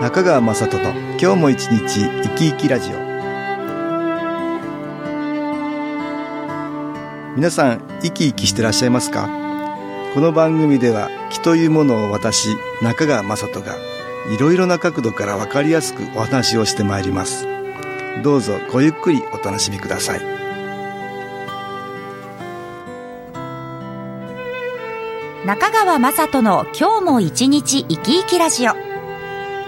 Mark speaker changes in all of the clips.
Speaker 1: 中川雅人の今日も一日生き生きラジオ皆さん生き生きしてらっしゃいますかこの番組では気というものを私中川雅人がいろいろな角度からわかりやすくお話をしてまいりますどうぞごゆっくりお楽しみください
Speaker 2: 中川雅人の今日も一日生き生きラジオ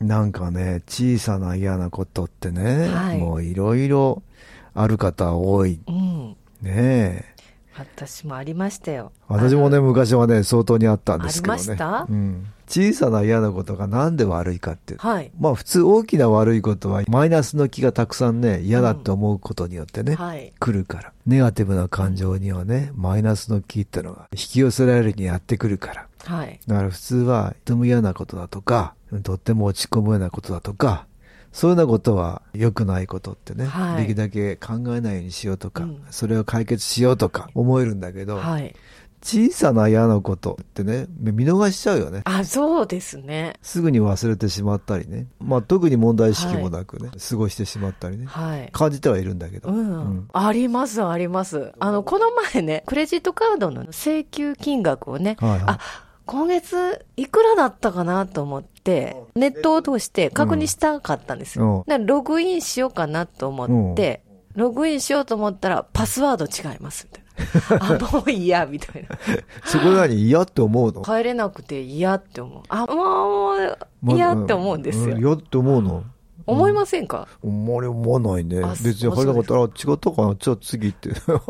Speaker 1: なんかね、小さな嫌なことってね、
Speaker 3: はい
Speaker 1: もういろいろある方多い
Speaker 3: うん。
Speaker 1: ねえ。
Speaker 3: 私もありましたよ。
Speaker 1: 私もね、昔はね、相当にあったんですけどね。
Speaker 3: ありました
Speaker 1: うん。小さな嫌なことがなんで悪いかって。
Speaker 3: はい。
Speaker 1: まあ普通大きな悪いことはマイナスの気がたくさんね、嫌だと思うことによってね、
Speaker 3: はい。
Speaker 1: 来るから。ネガティブな感情にはね、マイナスの気ってのが引き寄せられるようにやってくるから。
Speaker 3: はい。
Speaker 1: だから普通はとても嫌なことだとか、とっても落ち込むようなことだとか、そういうようなことは良くないことってね、
Speaker 3: は
Speaker 1: で
Speaker 3: い
Speaker 1: きるだけ考えないようにしようとか、
Speaker 3: うん
Speaker 1: それを解決しようとか思えるんだけど、
Speaker 3: はい。
Speaker 1: 小さな嫌なことってね、見逃しちゃうよね。
Speaker 3: あ、そうですね。
Speaker 1: すぐに忘れてしまったりね、まあ特に問題意識もなくね、過ごしてしまったりね、
Speaker 3: はい。
Speaker 1: 感じてはいるんだけど。
Speaker 3: うん。
Speaker 1: うん
Speaker 3: あります、あります。あの、この前ね、クレジットカードの請求金額をね、
Speaker 1: はいはい
Speaker 3: あ、今月いくらだったかなと思って、ネットを通して確認したかったんですよ。だからログインしようかなと思って、ログインしようと思ったら、パスワード違います、みた いな。あ、もう嫌、みたいな。
Speaker 1: そこなに嫌って思うの
Speaker 3: 帰れなくて嫌って思う。あ、もう、もう嫌って思うんですよ。
Speaker 1: 嫌って思うの
Speaker 3: 思いませんか、
Speaker 1: あんまり思わないね
Speaker 3: あ。
Speaker 1: 別に入らなかったら、あ違ったかな、じゃあ次って。 なんか、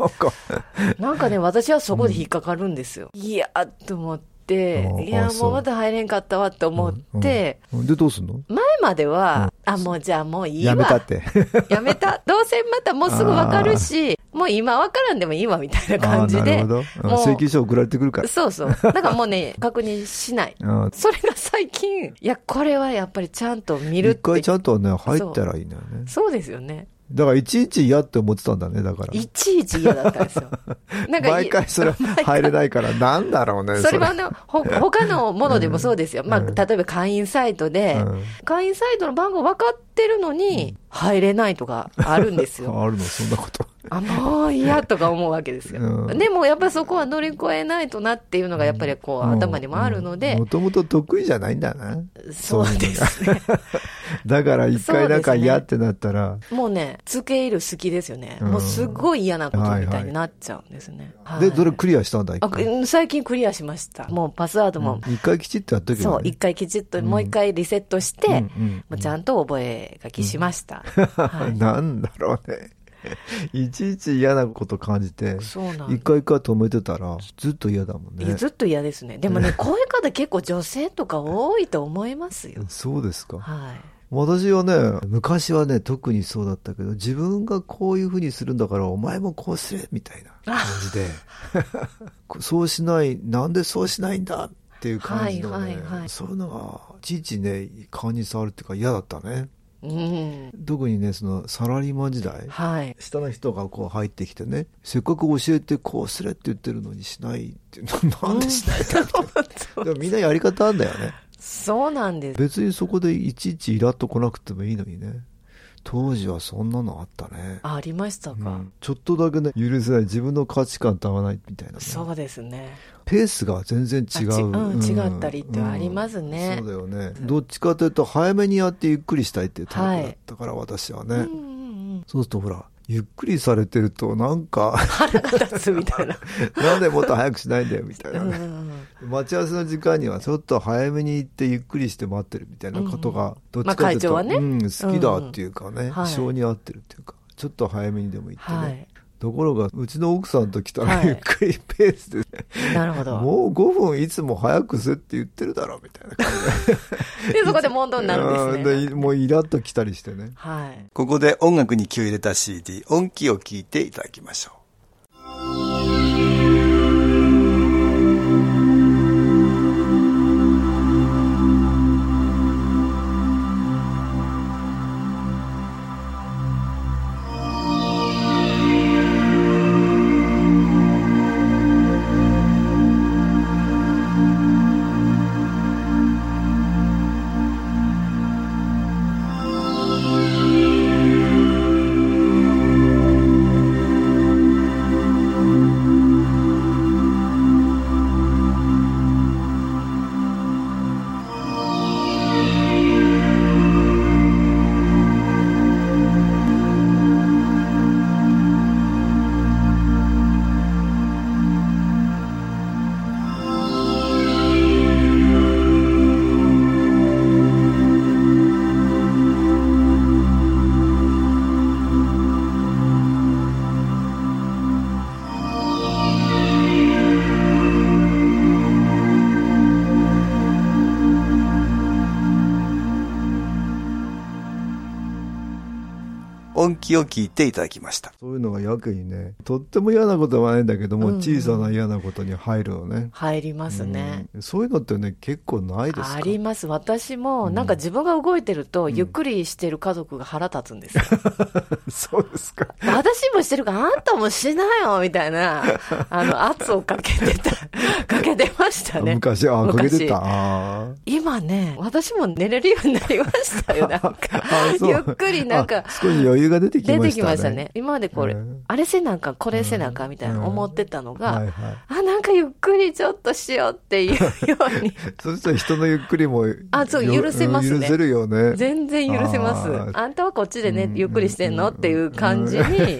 Speaker 3: なんかね、私はそこで引っかかるんですよ。嫌って思って
Speaker 1: あ、ー
Speaker 3: い
Speaker 1: あ
Speaker 3: や、
Speaker 1: そ
Speaker 3: も
Speaker 1: う
Speaker 3: うまた入れんかったわって思って、
Speaker 1: で、どうすんの
Speaker 3: 前までは、あ、もうじゃあもういいわ。
Speaker 1: やめたって。
Speaker 3: やめた。どうせまたもうすぐわかるし、もう今わからんでもいいわみたいな 感じ
Speaker 1: あーな
Speaker 3: で。
Speaker 1: るほど。うん
Speaker 3: もう
Speaker 1: 請求書送られてくるから。
Speaker 3: そうそう。だからもうね、 確認しない。
Speaker 1: あー
Speaker 3: それが最近、いや、これはやっぱりちゃんと見るっ
Speaker 1: 一回
Speaker 3: て
Speaker 1: ち。ゃんとね、入ったらいいのよね。
Speaker 3: そうですよね。
Speaker 1: だから、いちいち嫌って思ってたんだね、だから。
Speaker 3: いちいち嫌だったんです よ。なんかい
Speaker 1: 毎回それ入れないから、なんだろうね、
Speaker 3: それはあの、ほ、他のものでもそうですよ。まあ、
Speaker 1: うん
Speaker 3: 例えば会員サイトで、
Speaker 1: うん
Speaker 3: 会員サイトの番号分かってるのに、入れないとかあるんですよ。
Speaker 1: あるの、そんなこと。
Speaker 3: あ、もう嫌とか思うわけですよ。
Speaker 1: うん
Speaker 3: でもやっぱりそこは乗り越えないとなっていうのがやっぱりこう、頭にもあるので、
Speaker 1: もともと得意じゃないんだな。
Speaker 3: そうですね。
Speaker 1: だから、一回なんか
Speaker 3: そうですね
Speaker 1: 嫌ってなったら、
Speaker 3: もうね、付け入る好きですよね。
Speaker 1: うん
Speaker 3: もうすごい嫌なことみたいになっちゃうんですね。はい
Speaker 1: で、どれクリアしたんだ、一
Speaker 3: あ
Speaker 1: 回。
Speaker 3: 最近クリアしました。もうパスワードも、
Speaker 1: 一回きちっとやっとけ
Speaker 3: そ
Speaker 1: ば
Speaker 3: う、
Speaker 1: ね。
Speaker 3: 一回きちっと、もう一回リセットして、
Speaker 1: うんう
Speaker 3: も
Speaker 1: んうん
Speaker 3: うちゃんと覚え書きし ました。はい
Speaker 1: なんだろうね。 いちいち嫌なこと感じて、
Speaker 3: そうなん
Speaker 1: 一回一回止めてたら、ずっと嫌だもん
Speaker 3: い
Speaker 1: ね
Speaker 3: や。ずっと嫌ですね。でもね、こういう方結構女性とか多いと思いますよ。
Speaker 1: そうですか。
Speaker 3: はい。
Speaker 1: 私はね、昔はね、特にそうだったけど、自分がこういうふうにするんだから、お前もこうすれみたいな感じで、 そうしない、なんでそうしないんだっていう感じのね、
Speaker 3: はいはいはい
Speaker 1: そういうのが、いちいちね、勘に触るっていうか嫌だったね。
Speaker 3: うん。
Speaker 1: 特にね、そのサラリーマン時代、
Speaker 3: はい。
Speaker 1: 下の人がこう入ってきてね、せっかく教えてこうすれって言ってるのにしないっていうの、なんでしないんだろうでもみんなやり方あんだよね。
Speaker 3: そうなんです。
Speaker 1: 別にそこでいちいちイラっと来なくてもいいのにね。当時はそんなのあったね。
Speaker 3: ありました
Speaker 1: う
Speaker 3: か。
Speaker 1: んちょっとだけね、許せない。自分の価値観と合わないみたいなね、
Speaker 3: そうですね。
Speaker 1: ペースが全然違う。
Speaker 3: あちうん違ったりってありますね
Speaker 1: うんそうだよね。どっちかというと、早めにやってゆっくりしたいっていうタイプだったから、私はね。
Speaker 3: うんうんうん。
Speaker 1: そうするとほら、ゆっくりされてると、なんか、
Speaker 3: 腹が立つみたいな。
Speaker 1: なんでもっと早くしないんだよみたいうなん
Speaker 3: う
Speaker 1: ね。
Speaker 3: んうん
Speaker 1: 待ち合わせの時間にはちょっと早めに行ってゆっくりして待ってるみたいなことが、どっちかというと、
Speaker 3: まあ会長はね
Speaker 1: うん、好きだっていうかね、
Speaker 3: んはい
Speaker 1: 性に合ってるっていうか、ちょっと早めにでも行ってね。
Speaker 3: はい。
Speaker 1: ところが、うちの奥さんと来たらゆっくりペースで、
Speaker 3: なるほど。
Speaker 1: もう5分いつも早くせって言ってるだろ、みたいな感
Speaker 3: で、そこで問答になるん
Speaker 1: じ
Speaker 3: です
Speaker 1: で
Speaker 3: ね。
Speaker 1: もうイラッと来たりしてね。
Speaker 3: はい。
Speaker 4: ここで音楽に気を入れた CD、音機を聴いていただきましょう。音機を聴いていただきました。
Speaker 1: そういうのがやけにね、とっても嫌なことはないんだけども、
Speaker 3: うん
Speaker 1: 小さな嫌なことに入るのね。
Speaker 3: 入りますね。
Speaker 1: うんそういうのってね、結構ないですか
Speaker 3: あります。私も、なんか自分が動いてると、ゆっくりしてる家族が腹立つんですよ。
Speaker 1: そうですか。
Speaker 3: 私もしてるから、あんたもしなよみた いな、あの、圧をかけてた、 かけてましたね。
Speaker 1: 昔、あ、かけてた。
Speaker 3: 昔
Speaker 1: あー
Speaker 3: 今ね、私も寝れるようになりましたよ、なんか
Speaker 1: あ。そう
Speaker 3: ゆっくり なんか
Speaker 1: あ、少し余裕が出てきました
Speaker 3: 出
Speaker 1: ね。
Speaker 3: てきましたね。。今までこれ、
Speaker 1: うん
Speaker 3: あれせなあかん、これせなあかんみたいな思ってたのが、
Speaker 1: はいはい。
Speaker 3: あ、なんかゆっくりちょっとしようっていうように、
Speaker 1: そしたら人のゆっくりも、
Speaker 3: あそう
Speaker 1: よ
Speaker 3: 許せますね
Speaker 1: うん許せるよね。
Speaker 3: 全然許せます
Speaker 1: あ。ー
Speaker 3: あんたはこっちでね、
Speaker 1: うん
Speaker 3: ゆっくりしてんのっていう感じに、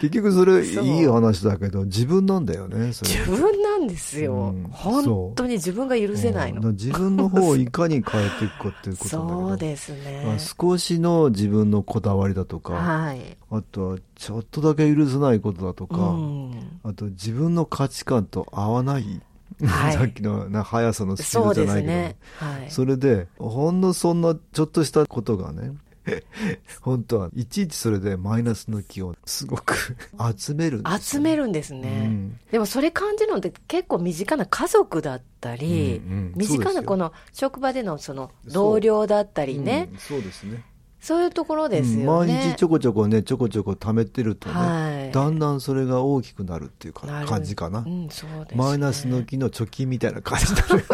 Speaker 1: 結局それ
Speaker 3: そう
Speaker 1: いい話だけど、自分なんだよね、それ。
Speaker 3: 自分なんですよ
Speaker 1: うん。
Speaker 3: 本当に自分が許せない
Speaker 1: うんだから
Speaker 3: の。
Speaker 1: 自分の方をいかに変えていくかっていうことなんだけど。
Speaker 3: そうですね
Speaker 1: あ。少しの自分のこだわりだとか、
Speaker 3: はい。
Speaker 1: あとはちょっとだけ許せないことだと
Speaker 3: う
Speaker 1: か、
Speaker 3: ん。
Speaker 1: あと自分の価値観と合わない、
Speaker 3: はい
Speaker 1: さっきのな速さのスピー
Speaker 3: そ
Speaker 1: ド
Speaker 3: う
Speaker 1: じゃ
Speaker 3: で
Speaker 1: ない
Speaker 3: す
Speaker 1: けど、
Speaker 3: ね。はい。
Speaker 1: それで、ほんのそんなちょっとしたことがね、 本当はいちいちそれでマイナスの気をすご く集めるんです
Speaker 3: 集
Speaker 1: よ
Speaker 3: めるんですね、
Speaker 1: うん
Speaker 3: でもそれ感じるのって結構身近な家族だったり、
Speaker 1: うんうん
Speaker 3: 身
Speaker 1: そうで
Speaker 3: 近
Speaker 1: すよ
Speaker 3: なこの職場でのその
Speaker 1: そう
Speaker 3: 同僚だったりね
Speaker 1: うんそうですね。
Speaker 3: そう,、いうところで
Speaker 1: うん
Speaker 3: すよね、
Speaker 1: 毎日ちょこちょこね、ちょこちょこ貯めてるとね、
Speaker 3: はい
Speaker 1: だんだんそれが大きくなるっていうか
Speaker 3: なる
Speaker 1: 感じかな
Speaker 3: う。ん、そうですね
Speaker 1: マイナスの気の貯金みたいな感じだね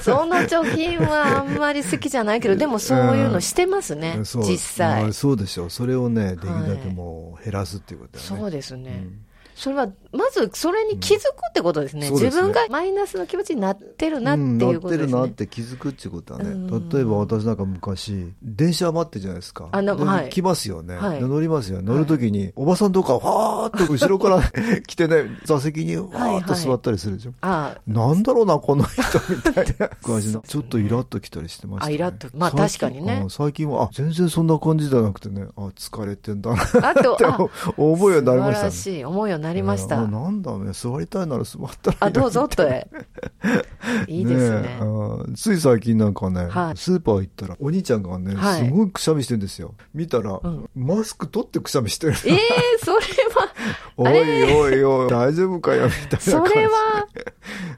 Speaker 3: その貯金はあんまり好きじゃな いけどでもそういうのしてますね、
Speaker 1: そう
Speaker 3: 実
Speaker 1: まあ
Speaker 3: 際
Speaker 1: そうでしょう。それをね、できるだけもう減らすっていうことだよね。
Speaker 3: そうですね、
Speaker 1: ん
Speaker 3: それはまずそれに気づくってことですね,、
Speaker 1: うんそうです
Speaker 3: 自
Speaker 1: ね
Speaker 3: 分がマイナスの気持ちになってるなっていうことで
Speaker 1: んなって
Speaker 3: す
Speaker 1: るな
Speaker 3: ね
Speaker 1: っ、て気づくっていうことはね、
Speaker 3: うん
Speaker 1: 例えば私なんか昔電車待ってるじゃないですか
Speaker 3: あな
Speaker 1: で
Speaker 3: はい
Speaker 1: 来ますよね、
Speaker 3: はい
Speaker 1: で乗りますよ乗る時に、おばさんとかわーっと後ろから来てね 座席にわーっと座ったりするでしょ、
Speaker 3: あ
Speaker 1: なんだろうな、この人みたい な感じの。ちょっとイラッときたりしてました、ね。
Speaker 3: あイラッとまあ
Speaker 1: 最近
Speaker 3: 確かにね
Speaker 1: うん最近は、あ、全然そんな感じじゃなくてね、あ、疲れてんだな、
Speaker 3: あ とあ
Speaker 1: 思うようになりました、ね。
Speaker 3: 素晴らしい思いをなりまし
Speaker 1: う
Speaker 3: た
Speaker 1: んあなんだね、座りたいなら座ったらいいの
Speaker 3: あ
Speaker 1: に
Speaker 3: どう ぞとえいいですね
Speaker 1: えあーつい最近なんかね、
Speaker 3: はい
Speaker 1: スーパー行ったら、お兄ちゃんがね、
Speaker 3: はい
Speaker 1: すごいくしゃみしてんですよ。見たら、
Speaker 3: ん
Speaker 1: マスク取ってくしゃみしてる。
Speaker 3: ええそれ は
Speaker 1: おいおいおい、大丈夫かよ、みたいな感じ。
Speaker 3: それは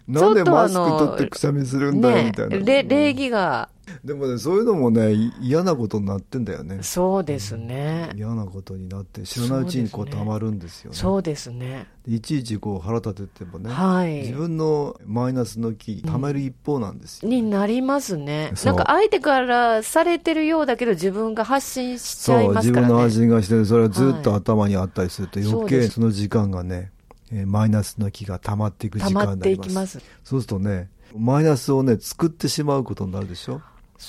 Speaker 1: なんで
Speaker 3: ちょっと
Speaker 1: マ
Speaker 3: あ
Speaker 1: スク
Speaker 3: の
Speaker 1: 取ってくしゃみするんだよ、み
Speaker 3: ね
Speaker 1: たいな。
Speaker 3: れ礼儀が
Speaker 1: でもね、そういうのもね、い嫌なことになってんだよね。
Speaker 3: そうですね
Speaker 1: 嫌なことになって、知らないうちにこう
Speaker 3: そうです
Speaker 1: 溜
Speaker 3: ね
Speaker 1: まるんですよね。
Speaker 3: そうですね
Speaker 1: いちいちこう腹立ててもね、
Speaker 3: はい
Speaker 1: 自分のマイナスの気、溜める一方なんですよ。
Speaker 3: になりますね
Speaker 1: そう
Speaker 3: なんか相手からされてるようだけど自分が発信しちゃい
Speaker 1: そう、
Speaker 3: ます
Speaker 1: 自
Speaker 3: か
Speaker 1: 分
Speaker 3: ら
Speaker 1: の
Speaker 3: ね
Speaker 1: 発信がしてる、それはずっと
Speaker 3: はい
Speaker 1: 頭にあったりすると、余
Speaker 3: そう
Speaker 1: 計
Speaker 3: です
Speaker 1: その時間がね、えーマイナスの気が溜まっていく時
Speaker 3: 溜ま
Speaker 1: 間
Speaker 3: っ
Speaker 1: にな
Speaker 3: て
Speaker 1: り
Speaker 3: い
Speaker 1: ます。
Speaker 3: きます
Speaker 1: そうするとね、マイナスをね、作ってしまうことになるでしょ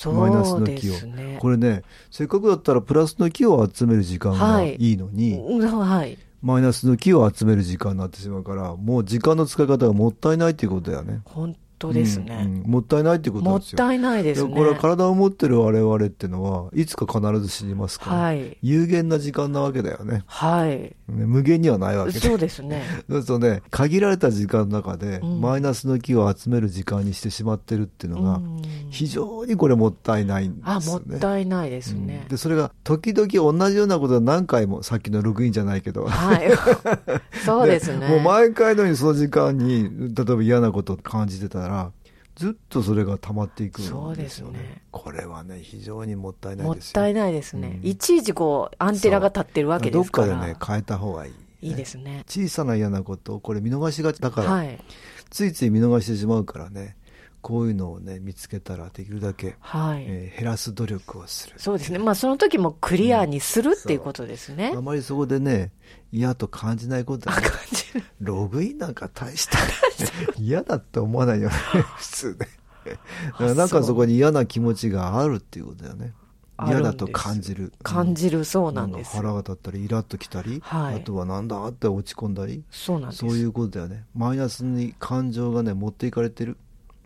Speaker 1: マイナス
Speaker 3: そう
Speaker 1: の
Speaker 3: で
Speaker 1: 気を
Speaker 3: す。ね
Speaker 1: これね、せっかくだったらプラスの気を集める時間が
Speaker 3: はい
Speaker 1: いいのに、
Speaker 3: うんはい
Speaker 1: マイナスの木を集める時間になってしまうから、もう時間の使い方がもったいないっていうことだよね。
Speaker 3: 本当です
Speaker 5: う
Speaker 3: ね。
Speaker 5: んうんもったいないってこと
Speaker 3: も
Speaker 5: なん
Speaker 3: っ
Speaker 5: ですよ。
Speaker 3: たいないですね。
Speaker 5: だから体を持ってる我々ってのは、いつか必ず死にますから、
Speaker 3: はい。
Speaker 5: 有限な時間なわけだよね。
Speaker 3: はい。
Speaker 5: ね無限にはないわけで。
Speaker 3: そうですね。
Speaker 5: そうするとね、限られた時間の中で、
Speaker 3: うん
Speaker 5: マイナスの木を集める時間にしてしまってるっていうのが、
Speaker 3: うん
Speaker 5: 非常にこれもったいないんですよね。
Speaker 3: あ、もったいないですね
Speaker 5: うん。で、それが、時々同じようなことが何回も、さっきのログインじゃないけど。
Speaker 3: はい。そうですね。
Speaker 5: もう毎回のようにその時間に、例えば嫌なことを感じてたら、ずっとそれが溜まっていくんですよね。
Speaker 3: そうですね
Speaker 5: これはね、非常にもったいない
Speaker 3: もっ
Speaker 5: ですよ。
Speaker 3: たいないですね。
Speaker 5: うん
Speaker 3: いちいちこう、アンテナが立ってるわけですから。
Speaker 5: どっかでね、変えた方がいい。
Speaker 3: いいですね。
Speaker 5: 小さな嫌なことを、これ見逃しがちだから、
Speaker 3: はい。
Speaker 5: ついつい見逃してしまうからね、こういうのをね、見つけたらできるだけ、
Speaker 3: はい。
Speaker 5: えー減らす努力をする。
Speaker 3: そうですね。まあ、その時もクリアにするっていうことですね。
Speaker 5: あまりそこでね、嫌と感じないことはね、ログインなんか大した、嫌だって思わないよね、普通ね。だからなんかそこに嫌な気持ちがあるっていうことだよね。
Speaker 3: あ
Speaker 5: 嫌
Speaker 3: るんです
Speaker 5: だと感じる。
Speaker 3: 感じるそうなん
Speaker 5: か
Speaker 3: です。
Speaker 5: 腹が立ったり、イラッときたり、
Speaker 3: はい
Speaker 5: あとはなんだって落ち込んだり、
Speaker 3: そうなんです。
Speaker 5: そういうことだよね。マイナスに感情がね、持っていかれてる。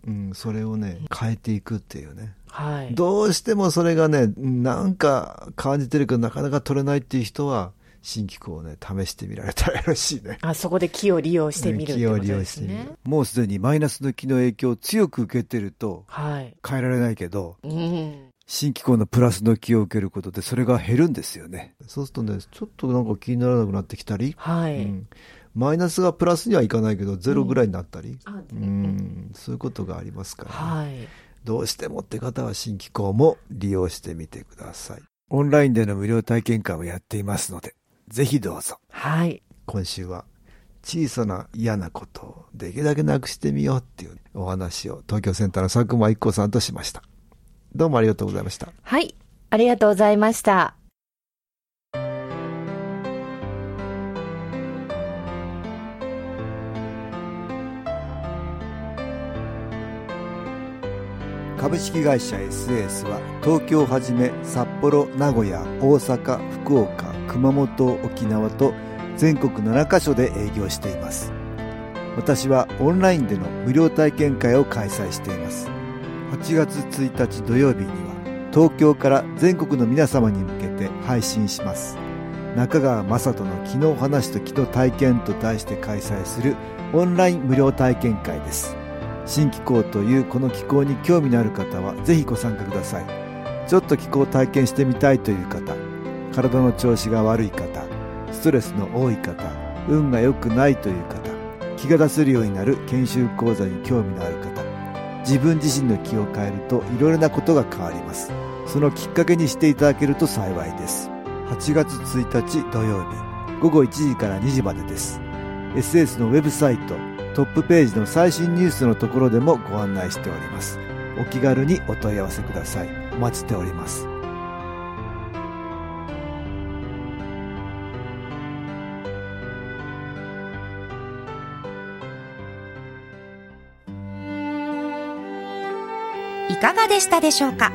Speaker 5: うん、それをね、変えていくっていうね。
Speaker 3: はい。
Speaker 5: どうしてもそれがね、なんか感じてるけどなかなか取れないっていう人は、新機構をね、試してみられたらよろしいね。
Speaker 3: あ、そこで木を利用してみるってこと
Speaker 5: 気を利
Speaker 3: で
Speaker 5: 用
Speaker 3: す
Speaker 5: してみ
Speaker 3: ね
Speaker 5: る。
Speaker 1: もうすでにマイナスの気の影響を強く受けてると
Speaker 3: はい。
Speaker 1: 変えられないけど、
Speaker 3: うん。
Speaker 1: 新機構のプラスの気を受けることでそれが減るんですよね。
Speaker 5: そうするとね、ちょっとなんか気にならなくなってきたり、
Speaker 3: はい。
Speaker 5: うんマイナスがプラスにはいかないけど、ゼロぐらいになったり、
Speaker 3: あ
Speaker 5: うんそういうことがありますからね、
Speaker 3: はい。
Speaker 5: どうしてもって方は新機構も利用してみてください。
Speaker 1: オンラインでの無料体験会をやっていますので、ぜひどうぞ。
Speaker 3: はい。
Speaker 5: 今週は小さな嫌なことをできるだけなくしてみようっていうお話を東京センターの佐久間一子さんとしましたどうもありがとうございました
Speaker 3: はい。ありがとうございました。
Speaker 1: 株式会社 SS は東京をはじめ札幌名古屋大阪福岡熊本沖縄と全国7カ所で営業しています私はオンラインでの無料体験会を開催しています8月1日土曜日には東京から全国の皆様に向けて配信します中川雅人の「昨日話と気と体験」と題して開催するオンライン無料体験会です新機構というこの機構に興味のある方はぜひご参加くださいちょっと気候を体験してみたいという方体の調子が悪い方ストレスの多い方運が良くないという方気が出せるようになる研修講座に興味のある方自分自身の気を変えるといろいろなことが変わりますそのきっかけにしていただけると幸いです8月1日土曜日午後1時から2時までです SS のウェブサイトトップページの最新ニュースのところでもご案内しておりますお気軽にお問い合わせくださいお待ちしております
Speaker 2: いかがでしたでしょうか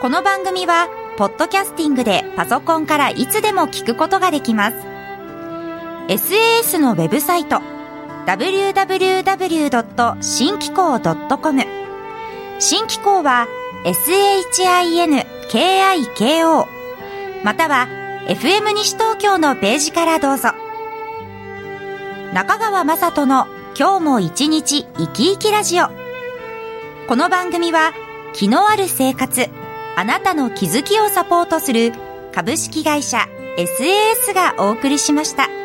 Speaker 2: この番組は、ポッドキャスティングでパソコンからいつでも聞くことができます。SAS のウェブサイト、www.新機構 .com。新機構は、SHINKIKO、または、FM 西東京のページからどうぞ。中川雅人の今日も一日生き生きラジオ。この番組は気のある生活あなたの気づきをサポートする株式会社 SAS がお送りしました。